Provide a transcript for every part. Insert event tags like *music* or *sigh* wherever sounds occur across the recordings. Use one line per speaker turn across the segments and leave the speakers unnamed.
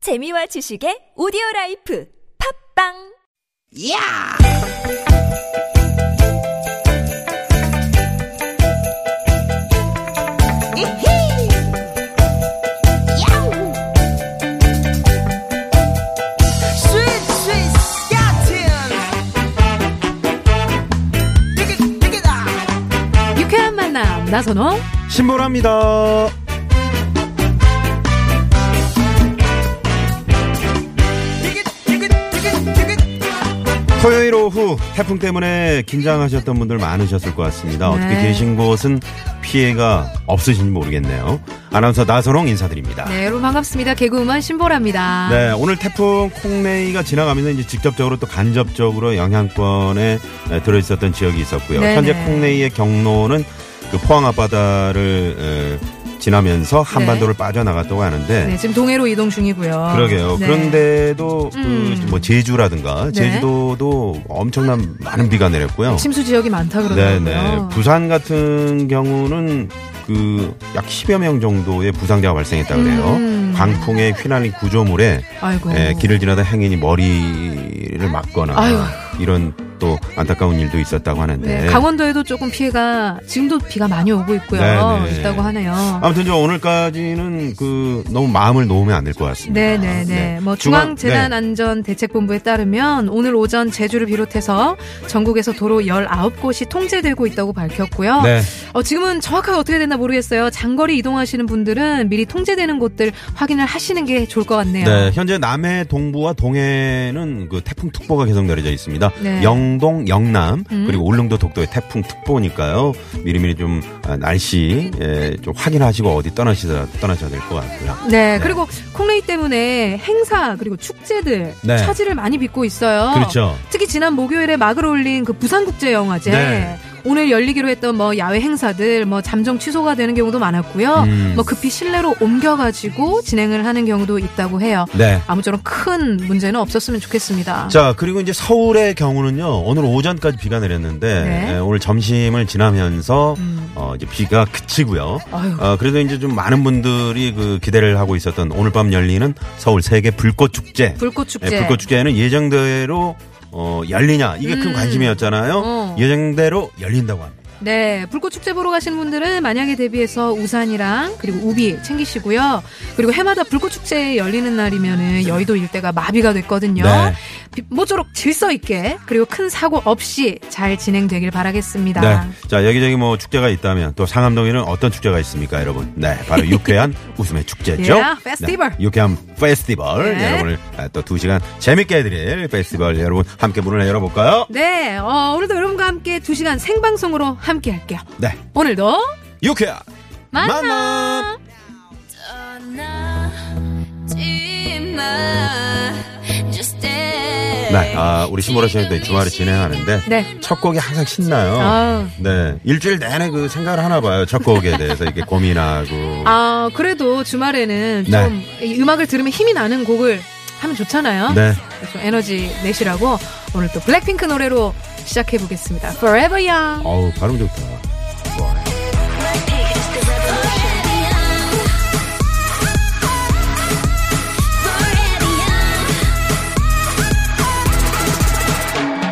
재미와 지식의 오디오 라이프 팝빵
야! 이히! 야우! 스윗, 스윗, 스캇틴! 띠깃, 띠깃아!
유쾌한 만남 나선홍
신보라입니다.
띠깃, 띠깃, 띠깃, 띠깃!
토요일 오후 태풍 때문에 긴장하셨던 분들 많으셨을 것 같습니다. 어떻게
네.
계신 곳은 피해가 없으신지 모르겠네요. 아나운서 나선홍 인사드립니다. 네.
네 여러분 반갑습니다 개그우먼 신보라입니다
오늘 태풍 콩레이가 지나가면서 이제 직접적으로 또 간접적으로 영향권에 에, 들어있었던 지역이 있었고요.
네네.
현재 콩레이의 경로는 그 포항 앞바다를 에, 지나면서 한반도를 빠져나갔다고 하는데
네, 지금 동해로 이동 중이고요
그러게요.
네.
그런데도
음.
그 뭐 제주라든가
네.
제주도도 엄청난 많은 비가 내렸고요.
침수 지역이 많다
네네.
그러더라고요
부산 같은 경우는 그 약 10여 명 정도의 부상자가 발생했다 그래요.
음.
강풍에 휘날린 구조물에
아이고
예, 길을 지나다 행인이 머리를 맞거나
아유.
이런 또 안타까운 일도 있었다고 하는데.
네, 강원도에도 조금 피해가 지금도 비가 많이 오고 있고요
네, 네.
있다고 하네요
아무튼 저 오늘까지는 그 너무 마음을 놓으면 안 될 것 같습니다.
네네네.
네.
뭐
중앙- 네.
중앙재난안전대책본부에 따르면 오늘 오전 제주를 비롯해서 전국에서 도로 19곳이 통제되고 있다고 밝혔고요.
네.
어, 지금은 정확하게 어떻게 됐나 모르겠어요. 장거리 이동하시는 분들은 미리 통제되는 곳들 확인을 하시는 게 좋을 것 같네요.
네, 현재 남해 동부와 동해는 그 태풍특보가 계속 내려져 있습니다.
네.
영동, 영남
음.
그리고 울릉도, 독도에 태풍특보니까요. 미리미리 좀 아, 날씨 예, 좀 확인하시고 어디 떠나시다 떠나셔야 될 것 같고요.
네, 그리고 콩레이 때문에 행사 그리고 축제들
네.
차질을 많이 빚고 있어요.
그렇죠.
특히 지난 목요일에 막을 올린 그 부산국제영화제
네.
오늘 열리기로 했던 뭐 야외 행사들 뭐 잠정 취소가 되는 경우도 많았고요.
음.
뭐 급히 실내로 옮겨가지고 진행을 하는 경우도 있다고 해요.
네.
아무쪼록 큰 문제는 없었으면 좋겠습니다.
자, 그리고 이제 서울의 경우는요. 오늘 오전까지 비가 내렸는데
네.
예, 오늘 점심을 지나면서
음.
어, 이제 비가 그치고요.
아유.
어, 그래도 이제 좀 많은 분들이 그 기대를 하고 있었던 오늘 밤 열리는 서울 세계 불꽃 축제.
불꽃축제.
예, 불꽃축제는 예정대로 어, 열리냐 이게 큰
음.
관심이었잖아요.
어.
예정대로 열린다고 합니다.
네, 불꽃축제 보러 가시는 분들은 만약에 대비해서 우산이랑 그리고 우비 챙기시고요. 그리고 해마다 불꽃축제 열리는 날이면은 여의도 일대가 마비가 됐거든요.
네.
비- 모쪼록 질서 있게 그리고 큰 사고 없이 잘 진행되길 바라겠습니다.
네. 자 여기저기 뭐 축제가 있다면 또 상암동에는 어떤 축제가 있습니까, 여러분? 네,
*laughs*
바로 유쾌한 웃음의 축제죠.
Yeah, 예, 페스티벌.
네, 유쾌한 페스티벌
네.
여러분을 아, 또 두 시간 재밌게 해드릴 페스티벌 여러분 함께 문을 열어볼까요?
네, 어, 오늘도 여러분과 함께 두시간 생방송으로 함께 할게요.
네,
오늘도
유쾌한
만나!
만남. 네, 아, 우리 신보라 씨한테 주말에 진행하는데
네. 어.
첫 곡이 항상 신나요.
아우.
네, 일주일 내내 그 생각을 하나 봐요. 첫 곡에 대해서 이렇게 고민하고.
아, 그래도 주말에는
네.
좀 이 음악을 들으면 힘이 나는 곡을 하면 좋잖아요.
네.
좀 에너지 내시라고 오늘 또 블랙핑크 노래로 시작해 보겠습니다. Forever Young.
어우, 발음 좋다. 네,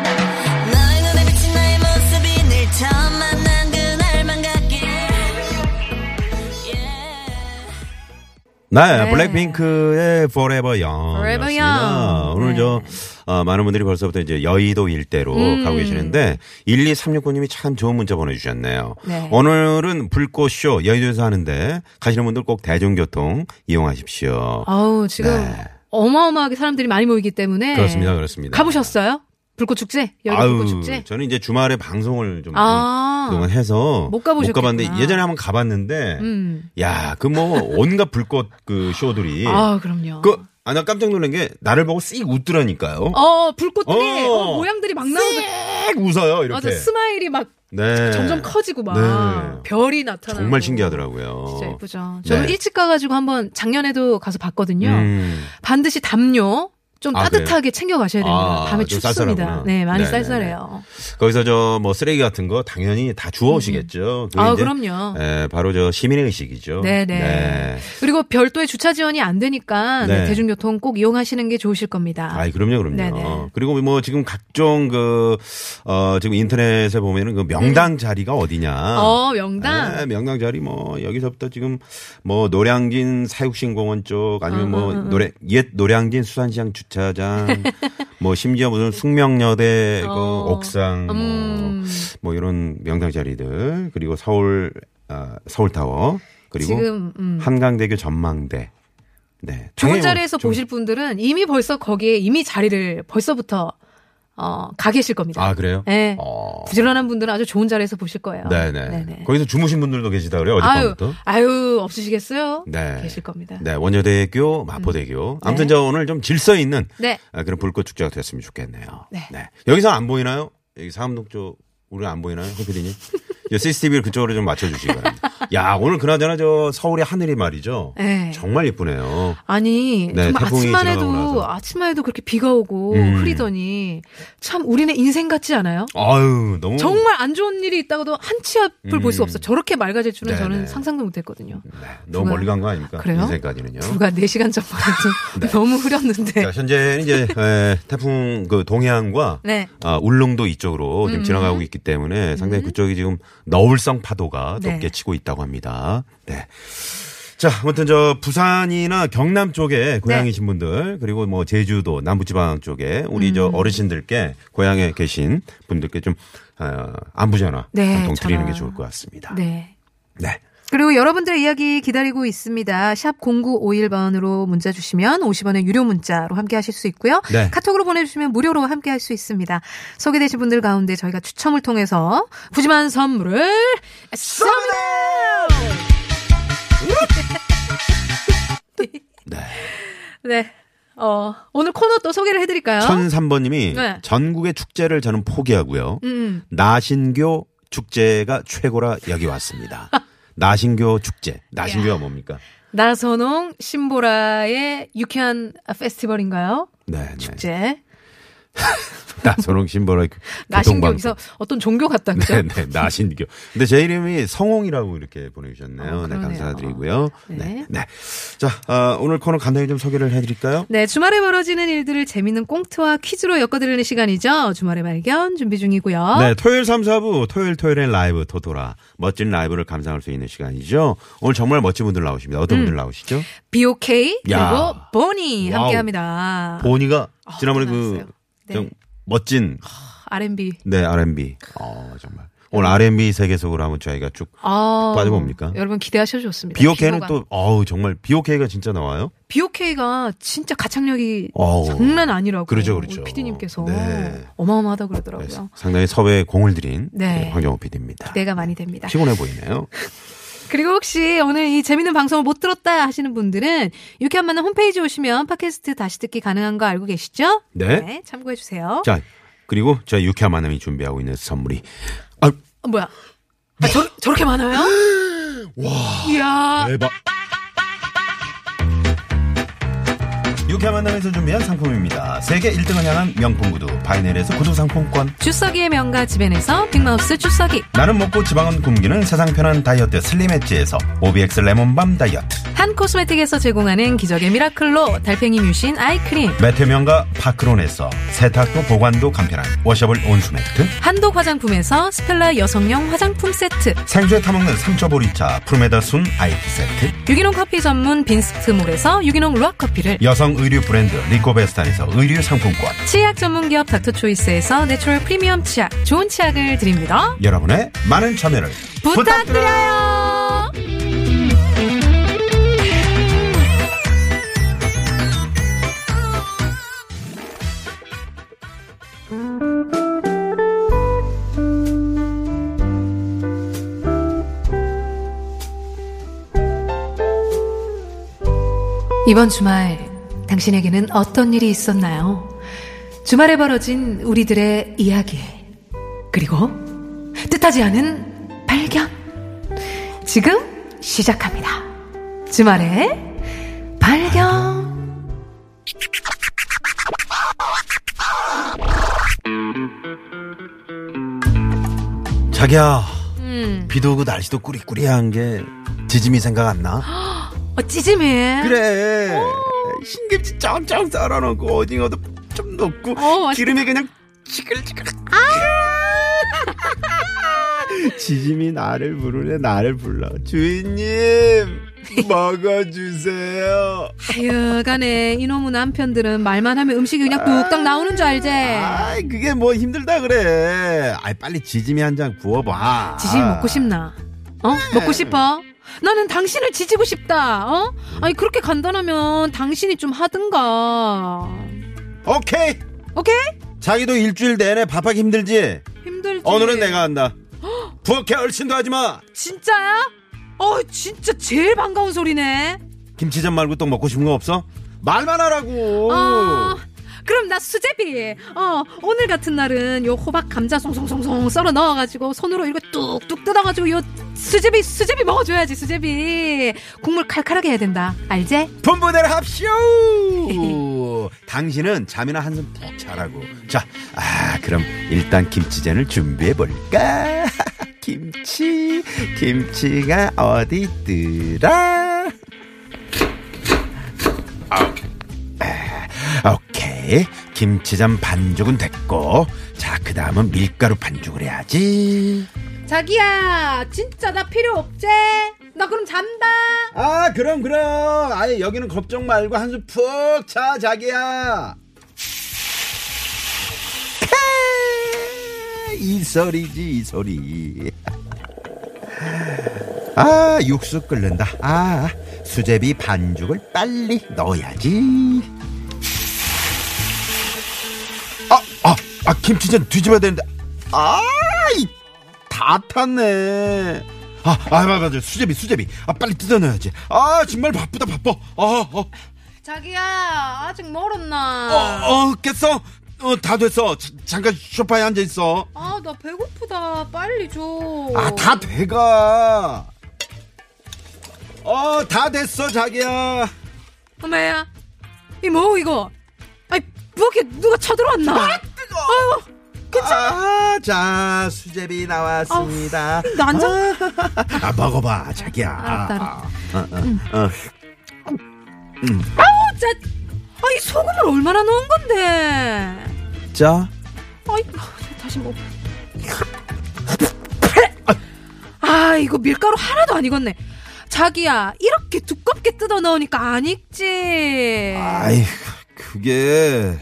네.
블랙핑크의 Forever Young.
Forever
였습니다.
Young.
오늘
네.
저, 어, 많은 분들이 벌써부터 이제 여의도 일대로
음.
가고 계시는데, 12369님이 참 좋은 문자 보내주셨네요.
네.
오늘은 불꽃쇼 여의도에서 하는데, 가시는 분들 꼭 대중교통 이용하십시오.
아우, 지금
네.
어마어마하게 사람들이 많이 모이기 때문에
그렇습니다, 그렇습니다.
네. 가보셨어요? 불꽃축제? 여기 불꽃축제?
저는 이제 주말에 방송을 좀
아.
그동안 해서
못 가보셨겠구나.
가봤는데 예전에 한번 가봤는데
음.
야 그 뭐 온갖 불꽃 그 쇼들이
아, 그럼요.
그 아 나 깜짝 놀란 게 나를 보고 씩 웃더라니까요.
어, 불꽃들이
어.
어, 모양들이 막 나오고
씩 웃어요 이렇게.
맞아. 스마일이 막
네.
점점 커지고 막
네.
별이 나타나고
정말 신기하더라고요.
진짜 예쁘죠.
네.
저는 일찍 가가지고 한번 작년에도 가서 봤거든요.
음.
반드시 담요 좀
아,
따뜻하게 챙겨 가셔야 됩니다.
아,
밤에
좀
춥습니다.
쌀쌀하구나.
네, 많이
네네네.
쌀쌀해요.
거기서 저 뭐 쓰레기 같은 거 당연히 다 주워오시겠죠. 그게
아,
이제,
그럼요.
예, 바로 저 시민의 의식이죠.
네네. 그리고 별도의 주차 지원이 안 되니까 네,
네.
대중교통 꼭 이용하시는 게 좋으실 겁니다.
아, 그럼요, 그럼요.
네네.
그리고 뭐 지금 각종 그, 어, 지금 인터넷에 보면은 그 명당 자리가 어디냐.
어, 명당.
네, 명당 자리 뭐 여기서부터 지금 뭐 노량진 사육신공원 쪽
음,
아니면 뭐 노래 옛 노량진 수산시장
*laughs*
주차장 뭐 심지어 무슨 숙명여대
어.
그 옥상 뭐,
음.
뭐 이런 명당 자리들 그리고 서울 아, 서울타워 그리고
지금, 음.
한강대교 전망대 네
좋은
당연히
자리에서
좀-
보실 분들은 이미 벌써 거기에 이미 자리를 벌써부터 어, 가 계실 겁니다.
아 그래요?
네.
어.
부지런한 분들은 아주 좋은 자리에서 보실 거예요.
네네. 거기서 주무신 분들도 계시다 그래요
아유,
어젯밤부터.
아유, 없으시겠어요?
네.
계실 겁니다.
네, 원효대교, 마포대교. 아무튼
네.
저 오늘 좀 질서 있는
네.
아, 그런 불꽃 축제가 됐으면 좋겠네요.
네.
여기서 안 보이나요? 여기 상암동 쪽 우리 안 보이나요,
*laughs*
호피디님? 이 CCTV를 그쪽으로 좀 맞춰주시기 바랍니다. 야, 오늘 그나저나 저 서울의 하늘이 말이죠.
네.
정말 예쁘네요.
아니
네,
정말
태풍이
아침만
지나가고
해도
나서.
아침만 해도 그렇게 비가 오고
음.
흐리더니 참 우리네 인생 같지 않아요?
아유, 너무.
정말 안 좋은 일이 있다고도 한 치 앞을 볼 수
음.
없어. 저렇게 맑아질 줄은
네네.
저는 상상도 못했거든요.
네, 너무
누가-
멀리 간 거 아닙니까?
그래요?
인생까지는요.
불과 4시간 전만 해도 *laughs* 너무 흐렸는데.
네. 자, 현재 이제 에, 태풍 그 동해안과
네.
아, 울릉도 이쪽으로
음.
지금 지나가고 있기 때문에 상당히 그쪽이 지금 너울성 파도가
네.
높게 치고 있다고 합니다. 네. 자, 아무튼 저 부산이나 경남
네.
쪽에 고향이신 분들 그리고 뭐 제주도 남부지방 쪽에 우리 저
음.
어르신들께 고향에 계신 분들께 좀 어, 안부 전화
네,
한통 드리는
전화.
게 좋을 것 같습니다.
네.
네.
그리고 여러분들의 이야기 기다리고 있습니다. 샵 0951번으로 문자 주시면 50원의 유료 문자로 함께 하실 수 있고요.
네.
카톡으로 보내주시면 무료로 함께 할 수 있습니다. 소개되신 분들 가운데 저희가 추첨을 통해서 푸짐한 선물을 쏩니다!
네.
*laughs* 네. 어, 오늘 코너 또 소개를 해드릴까요?
1003번님이
어? 네.
전국의 축제를 저는 포기하고요.
음.
나신교 축제가 최고라 여기
*laughs*
왔습니다. 나신교 축제. 나신교가 뭡니까?
나선홍, 신보라의 유쾌한 페스티벌인가요?
네, 네.
이제
나선홍 신보라
*laughs* 나신교
교통방송.
여기서 어떤 종교 같다 그죠?
*laughs* 네, 네, 나신교. 근데 제 이름이 성홍이라고 이렇게 보내주셨네요.
어,
네,
그러네요.
감사드리고요. 네,
네.
네. 자, 아, 오늘 코너 간단히 좀 소개를 해드릴까요?
네, 주말에 벌어지는 일들을 재밌는 꽁트와 퀴즈로 엮어드리는 시간이죠. 주말의 발견 준비 중이고요.
네, 토요일 3, 4부, 토요일 토요일엔 라이브 도토라. 멋진 라이브를 감상할 수 있는 시간이죠. 오늘 정말 멋진 분들 나오십니다. 어떤
음.
분들 나오시죠?
BOK 그리고
야.
보니
와우.
함께합니다.
보니가 지난번에
나왔어요.
그,
아, 네.
좀 멋진
R&B.
네, R&B. 어, 정말. 오늘 R&B 세계 속으로 한번 저희가 쭉.
아,
빠져봅니까?
여러분 기대하셔도 좋습니다.
BOK는 또, 어우, 정말, BOK가 진짜 나와요?
BOK가 진짜 가창력이
어우.
장난 아니라고.
그러죠, 그렇죠.
우리 PD님께서
네.
어마어마하다
네,
그러더라고요.
상당히 섭외에 공을 들인
네.
네, 황정호 PD입니다.
기대가 많이 됩니다. *laughs*
피곤해 보이네요.
그리고 혹시 오늘 이 재밌는 방송을 못 들었다 하시는 분들은 유쾌한 만남 홈페이지 오시면 팟캐스트 다시 듣기 가능한 거 알고 계시죠?
네.
참고해 주세요.
자, 그리고 저희 유쾌한 만남이 준비하고 있는 선물이. 아,
어, 뭐야? 아, 저, 저렇게 많아요? 와. 이야.
대박. 유쾌한 만남에서 준비한 상품입니다. 세계 1등을 향한 명품 구두, 바이넬에서 구두 상품권.
주석이의 명가 집엔에서 빅마우스 주석이.
나는 먹고 지방은 굶기는 세상 편한 다이어트 슬림 엣지에서 오비엑스 레몬밤 다이어트.
한 코스메틱에서 제공하는 기적의 미라클로 달팽이 뮤신 아이크림.
매트면과 파크론에서 세탁도 보관도 간편한 워셔블 온수매트
한독 화장품에서 스펠라 여성용 화장품 세트.
생수에 타먹는 삼초보리차 프로메다 순 아이티 세트
유기농 커피 전문 빈스트몰에서 유기농 루아커피를.
여성 의류 브랜드 리코베스탄에서 의류 상품권
치약 전문 기업 닥터초이스에서 내추럴 프리미엄 치약. 좋은 치약을 드립니다.
여러분의 많은 참여를
부탁드려요. 이번 주말 당신에게는 어떤 일이 있었나요? 주말에 벌어진 우리들의 이야기 그리고 뜻하지 않은 발견 지금 시작합니다. 주말에 발견
자기야
음.
비도 오고 날씨도 꾸리꾸리한 게 지짐이 생각 안 나?
어, 찌짐해.
그래. 신김치 짱짱 썰어놓고 오징어도 좀 넣고
어, 맛있겠다. 아!
기름이 그냥 지글지글. *laughs* 지짐이 나를 부르네 나를 불러
*laughs*
주인님 먹어주세요.
하여간에 이놈의 남편들은 말만 하면 음식이 그냥 뚝딱 나오는 줄 알지.
아 그게 뭐 힘들다 그래. 아 빨리 지짐이 한 잔 구워봐.
지짐이 먹고 싶나? 어? 먹고
네.
싶어? 나는 당신을 지지고 싶다. 어? 아니 그렇게 간단하면 당신이 좀 하든가.
오케이.
오케이?
자기도 일주일 내내 밥하기 힘들지.
힘들지.
오늘은 내가
*gasps*
한다. 부엌에 얼씬도 하지 마.
진짜야? 어, 진짜 제일 반가운 소리네.
김치전 말고 또 먹고 싶은 거 없어? 말만 하라고.
어, 그럼 나 수제비. 어, 오늘 같은 날은 요 호박 감자 송송송송 썰어 넣어가지고 손으로 이거 뚝뚝 뜯어가지고 요 수제비 수제비 먹어줘야지 수제비. 국물 칼칼하게 해야 된다. 알제?
분분해를 합시오. *laughs* 당신은 잠이나 한숨 푹 자라고. 자, 아 그럼 일단 김치전을 준비해 볼까? *laughs* 김치, 김치가 어디 있더라? 아, 오케이, 김치전 반죽은 됐고, 자 그 다음은 밀가루 반죽을 해야지.
자기야, 진짜 나 필요 없제. 나 그럼 잔다.
아 그럼 그럼 아예 여기는 걱정 말고 한숨 푹 자 자기야 크으, 이 소리지 이 소리 아 육수 끓는다 아 수제비 반죽을 빨리 넣어야지 아 아, 아, 김치전 뒤집어야 되는데 아이 다 탔네. 아, 아, 맞아, 맞아. 수제비, 수제비. 아, 빨리 뜯어내야지. 아, 정말 바쁘다, 바빠. 아, 어,
자기야, 아직
어,
멀었나?
어, 깼어? 어, 다 됐어. 자, 잠깐 소파에 앉아있어.
아, 나 배고프다. 빨리 줘.
아, 다 돼가. 어, 다 됐어, 자기야.
엄마야, 이 뭐 이거? 아니 부엌에 누가 쳐들어왔나? 아 뜨거. 아유,
아, 자, 수제비 나왔습니다.
나 앉아.
아, 먹어봐, 자기야.
알았다, 알았다.
어, 어, 어.
아우 짜. 아이 소금을 얼마나 넣은 건데?
자,
아이 다시 먹. 아 이거 밀가루 하나도 안 익었네. 자기야 이렇게 두껍게 뜯어 넣으니까 안 익지.
아이 그게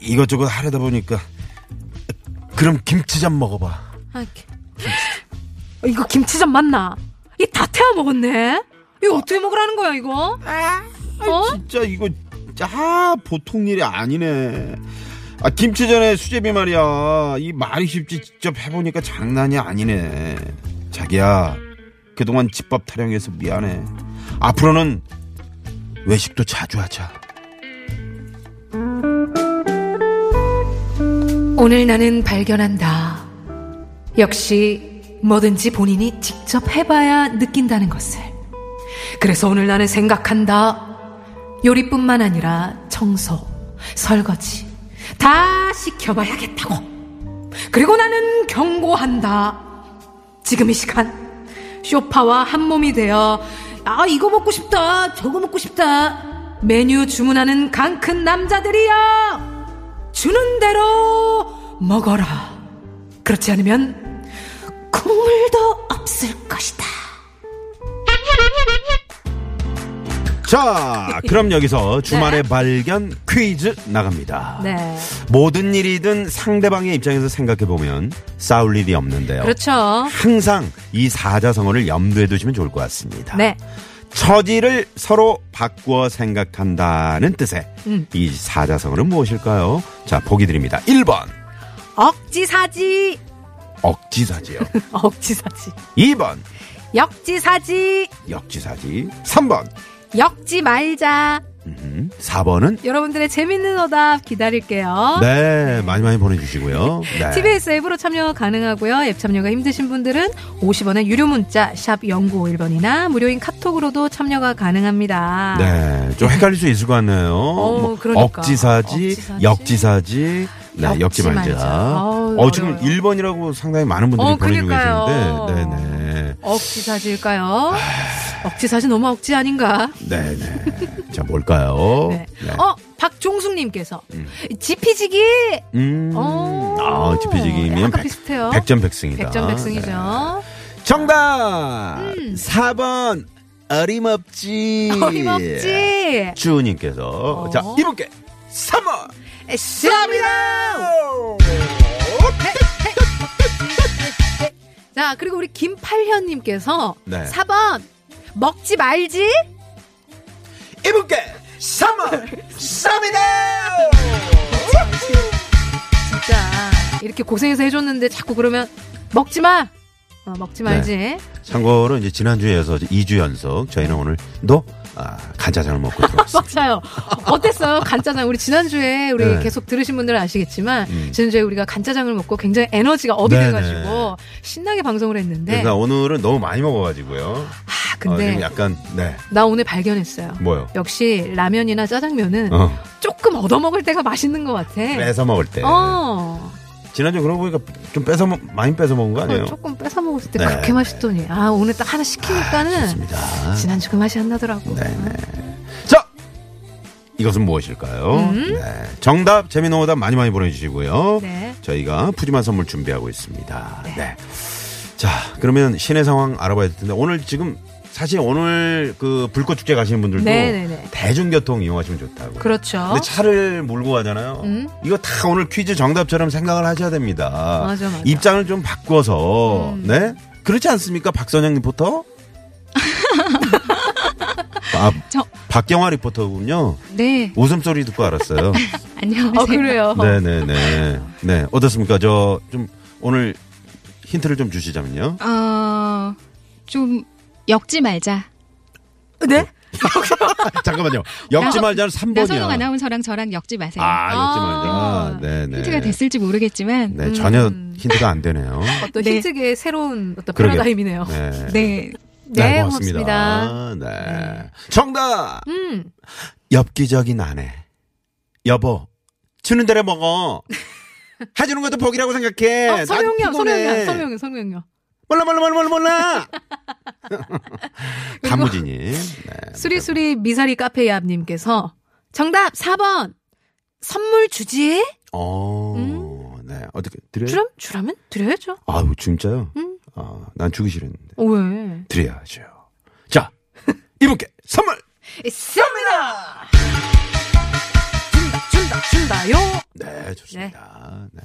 이것저것 하려다 보니까 그럼 김치전 먹어봐
아, 이렇게. 어, 이거 김치전 맞나? 이 다 태워 먹었네. 이거 어떻게 먹으라는 거야 이거? 어?
진짜 이거 진짜 아, 보통 일이 아니네 아 김치전에 수제비 말이야 이 말이 쉽지 직접 해보니까 장난이 아니네 자기야 그동안 집밥 타령해서 미안해 앞으로는 외식도 자주 하자
오늘 나는 발견한다. 역시 뭐든지 본인이 직접 해봐야 느낀다는 것을. 그래서 오늘 나는 생각한다. 요리뿐만 아니라 청소, 설거지 다 시켜봐야겠다고. 그리고 나는 경고한다. 지금 이 시간 쇼파와 한몸이 되어 아 이거 먹고 싶다 저거 먹고 싶다 메뉴 주문하는 강큰 남자들이여 주는 대로 먹어라. 그렇지 않으면 국물도 없을 것이다.
자 그럼 여기서 주말의 발견 퀴즈 나갑니다
네.
모든 일이든 상대방의 입장에서 생각해 보면 싸울 일이 없는데요.
그렇죠.
항상 이 사자성어를 염두에 두시면 좋을 것 같습니다.
네.
처지를 서로 바꾸어 생각한다는 뜻의
음.
이 사자성어는 무엇일까요? 자, 보기 드립니다. 1번
억지사지. *laughs*
억지사지요.
억지사지.
2번
역지사지.
역지사지. 3번.
역지 말자.
음, 4번은
여러분들의 재밌는 오답 기다릴게요.
네, 많이 많이 보내 주시고요.
*laughs*
네.
TBS 앱으로 참여 가능하고요. 앱 참여가 힘드신 분들은 50원의 유료 문자 샵 0951번이나 무료인 카톡으로도 참여가 가능합니다.
네, 좀 헷갈릴 수 있을 것 같네요.
아. 어,
뭐
그러니까.
억지사지,
억지사지.
역지사지, 네, 역지말자.
어우, 아유,
어, 지금
어려워요.
1번이라고 상당히 많은 분들이
어,
보내주고
그러니까요.
계시는데. 네네.
억지
아.
사실일까요? 억지 사실 너무 억지 아닌가?
네네. 자, 뭘까요?
네.
네.
어, 박종숙님께서 지피지기.
음.
어.
아, 지피지기면
약간 비슷해요.
백전백승이다. 네.
백전백승이죠. 음.
정답! 4번, 어림없지.
*laughs* 어림없지.
예. 주우님께서.
어.
자, 이분께 3번!
쏩니다. 자, 그리고 우리 김팔현님께서
네.
4번 먹지 말지.
이분께 3번! 쌉니다!
진짜 이렇게 고생해서 해줬는데 자꾸 그러면 먹지 마. 어, 먹지
네.
말지.
참고로 이제 지난주에서 2주 연속 저희는 오늘도 아, 간짜장을 먹고 들어왔습니다.
*laughs* 맞아요. 어땠어요? 간짜장. 우리 지난주에 우리
네.
계속 들으신 분들은 아시겠지만,
음.
지난주에 우리가 간짜장을 먹고 굉장히 에너지가 업이
네네.
돼가지고 신나게 방송을 했는데,
그러니까 오늘은 너무 많이 먹어가지고요.
아,
어,
네. 근데
지금 약간, 네.
나 오늘 발견했어요.
뭐요?
역시 라면이나 짜장면은
어,
조금 얻어먹을 때가 맛있는 것 같아.
뺏어 먹을 때.
네. 어,
지난주 그러고 보니까 좀 뺏어 먹, 많이 뺏어 먹은 거 아니에요?
그걸 조금 뺏어 먹었을 때
네.
그렇게 맛있더니, 아, 오늘 딱 하나 시키니까는
아, 좋습니다.
지난주 그 맛이 안 나더라고.
네네. 자! 이것은 무엇일까요? 네. 정답, 재미있는 오답 많이 많이 보내주시고요.
음? 네.
저희가 푸짐한 선물 준비하고 있습니다. 네. 자, 그러면 시내 상황 알아봐야 될 텐데, 오늘 지금 사실 오늘 그 불꽃축제 가시는 분들도
네네네.
대중교통 이용하시면 좋다고.
그렇죠.
근데 차를 몰고 가잖아요.
음.
이거 다 오늘 퀴즈 정답처럼 생각을 하셔야 됩니다.
맞아, 맞아.
입장을 좀 바꿔서, 네? 그렇지 않습니까? 박선영 리포터? 아,
저-
박경화 리포터군요.
네,
웃음소리 듣고 알았어요.
안녕하세요.
어, 그래요.
네네네. 네. 어떻습니까? 저 좀 오늘 힌트를 좀 주시자면요.
어, 좀 엮지 말자.
네?
아, 잠깐만요. 엮지
나서-
말자는 3번이야.
나선홍 아나운서랑 저랑 엮지 마세요.
아,
아.
엮지 말자. 네네.
힌트가 됐을지 모르겠지만,
네, 전혀 힌트가 안 되네요.
또
네.
힌트계의 새로운 어떤
그러게요.
패러다임이네요.
네.
네,
네,
고맙습니다. 네. 정답!
음.
엽기적인 아내. 여보, 주는 대로 먹어. 해주는 것도 복이라고 생각해.
어,
나도
성형이요,
피곤해. 네,
성형이요, 성형이요, 성형이요.
몰라, 몰라, 몰라, 몰라,
*laughs*
몰라. 단무지님. 네.
수리수리 미사리 카페 얍님께서 정답 4번. 선물 주지?
어, 네. 어떻게, 드려요?
음? 주람? 주라면? 드려야죠.
아유, 진짜요?
음.
아, 난 주기 싫었는데.
어, 왜?
드려야죠. 자, 이분께 선물!
쏩니다! 준다, 준다, 준다요!
네, 좋습니다. 네.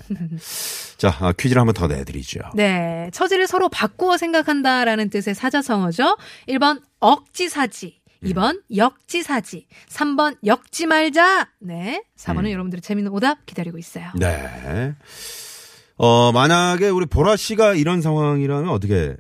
자, 아, 퀴즈를 한번 더 내드리죠.
네. 처지를 서로 바꾸어 생각한다라는 뜻의 사자성어죠. 1번 억지사지.
음.
2번 역지사지. 3번 역지 말자. 네. 4번은
음.
여러분들의 재밌는 오답 기다리고 있어요.
네. 어, 만약에 우리 보라 씨가 이런 상황이라면 어떻게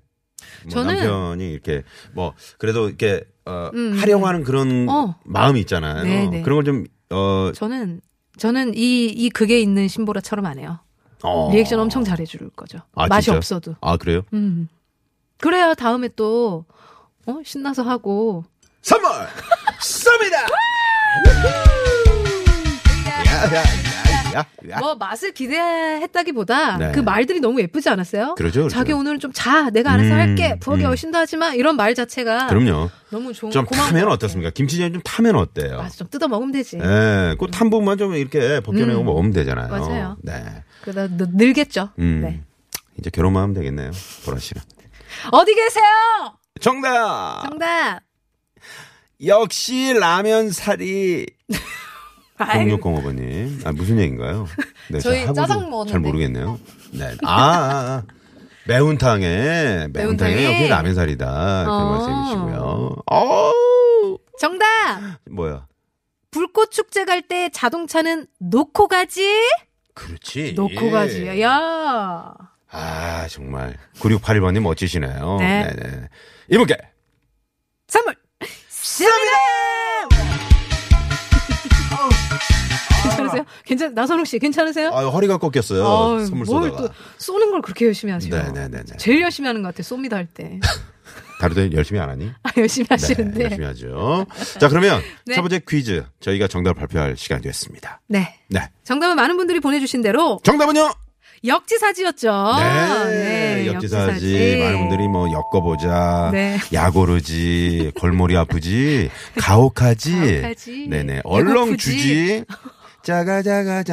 뭐
저는-
남편이 이렇게 뭐 그래도 이렇게 어,
음,
하려고하는 그런
어.
마음이 있잖아요.
네, 네.
그런 걸 좀 어,
저는 저는 이 이 그게 있는 신보라처럼 안 해요.
어.
리액션 엄청 잘해줄 거죠.
아,
맛이
진짜요?
없어도.
아 그래요?
음. 그래야 다음에 또 어? 신나서 하고. *laughs*
선물 쏩니다. *laughs* 야야야야.
뭐 맛을 기대했다기보다
네.
그 말들이 너무 예쁘지 않았어요?
그러죠, 그렇죠.
자기 오늘 좀 자, 내가 알아서
음,
할게. 부엌에
음.
여신도 하지만 이런 말 자체가
그럼요.
너무 좋은
좀
음, 고마운
타면
것 같아요. 네.
어떻습니까? 김치전 좀 타면 어때요?
맞아, 좀 뜯어 먹으면 되지.
예, 그탄 부분만 좀 이렇게 벗겨내고
음.
먹으면 되잖아요.
맞아요.
네.
그러다 너- 늘겠죠.
음.
네.
이제 결혼만 하면 되겠네요. 보라 씨는.
어디 계세요?
정답!
정답.
역시 라면 사리.
아이고.
0605번님. 아, 무슨 얘기인가요? 네,
저희
잘 하고도
짜장
잘
먹었는데.
모르겠네요. 네. 아, 아, 아. 매운탕에, 매운탕에
매운탕에.
역시 라면 사리다. 그런
어.
말씀이시고요. 어
정답.
뭐야.
불꽃 축제 갈 때 자동차는 놓고 가지.
예. 그렇지.
놓고 가지. 야.
아, 정말. 9681번님 멋지시네요.
네.
네네. 이분께
선물 쏩니다. *laughs* 괜찮으세요? 괜찮 나선홍 씨 괜찮으세요?
아, 허리가 꺾였어요.
아유,
선물
뭘
쏘다가.
또 쏘는 걸 그렇게 열심히 하세요?
네네네네.
제일 열심히 하는 것 같아. 쏩니다 할 때. *laughs*
다루더 열심히 안 하니?
아, 열심히
네,
하시는데.
열심히 하죠. 자, 그러면
네.
첫 번째 퀴즈 저희가 정답 발표할 시간이 됐습니다.
네.
네.
정답은 많은 분들이 보내주신 대로
정답은요?
역지사지였죠.
네, 역지사지. 많은 분들이 뭐 엮어보자.
네. *laughs*
약오르지. 골머리 아프지. 가혹하지.
가혹하지.
네네. 얼렁
*laughs* 배고프지.
주지. 짜가자가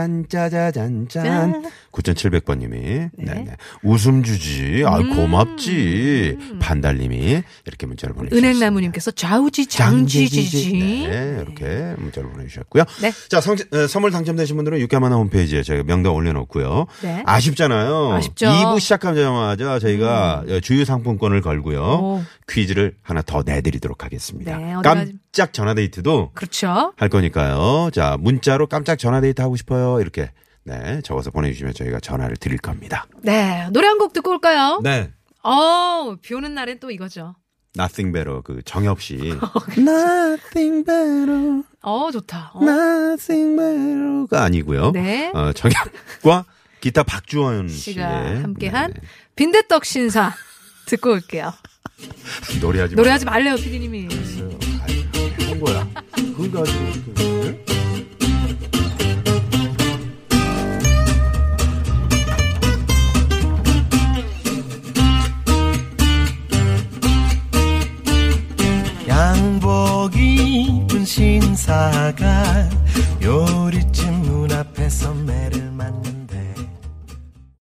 잔짜자잔짠 9700번님이 네네 웃음 주지 아 고맙지 반달님이 이렇게 문자를 보내주셨습니다.
음. 은행나무님께서 좌우지 장지지지.
네, 이렇게 문자를 보내주셨고요.
네.
자, 성, 에, 선물 당첨되신 분들은 육개만화 홈페이지에 저희가 명단 올려놓고요.
네.
아쉽잖아요.
아쉽죠. 음.
2부 시작하자마자 저희가 어, 주유 상품권을 걸고요.
오.
퀴즈를 하나 더 내드리도록 하겠습니다.
네, 어디 가지-
깜짝 전화데이트도
그렇죠.
할 거니까요. 자, 문자로 깜짝 전화데이트 하고 싶어요. 이렇게 네, 적어서 보내주시면 저희가 전화를 드릴 겁니다.
네. 노래 한 곡 듣고 올까요?
네.
어, 비 오는 날엔 또 이거죠.
Nothing better 그 정엽 씨.
*laughs*
Nothing better.
어, 좋다. 어.
네. Nothing better가 아니고요.
네.
어, 정엽과 기타 박주원 씨의
씨가 함께한
네,
빈대떡 신사 *laughs* 듣고 올게요.
네. 노래하지
노래하지
말아요.
말래요, 피디님이.
아이, 한 거야. 그걸 가지고 어떻게 해?
양복 입은 신사가 요리집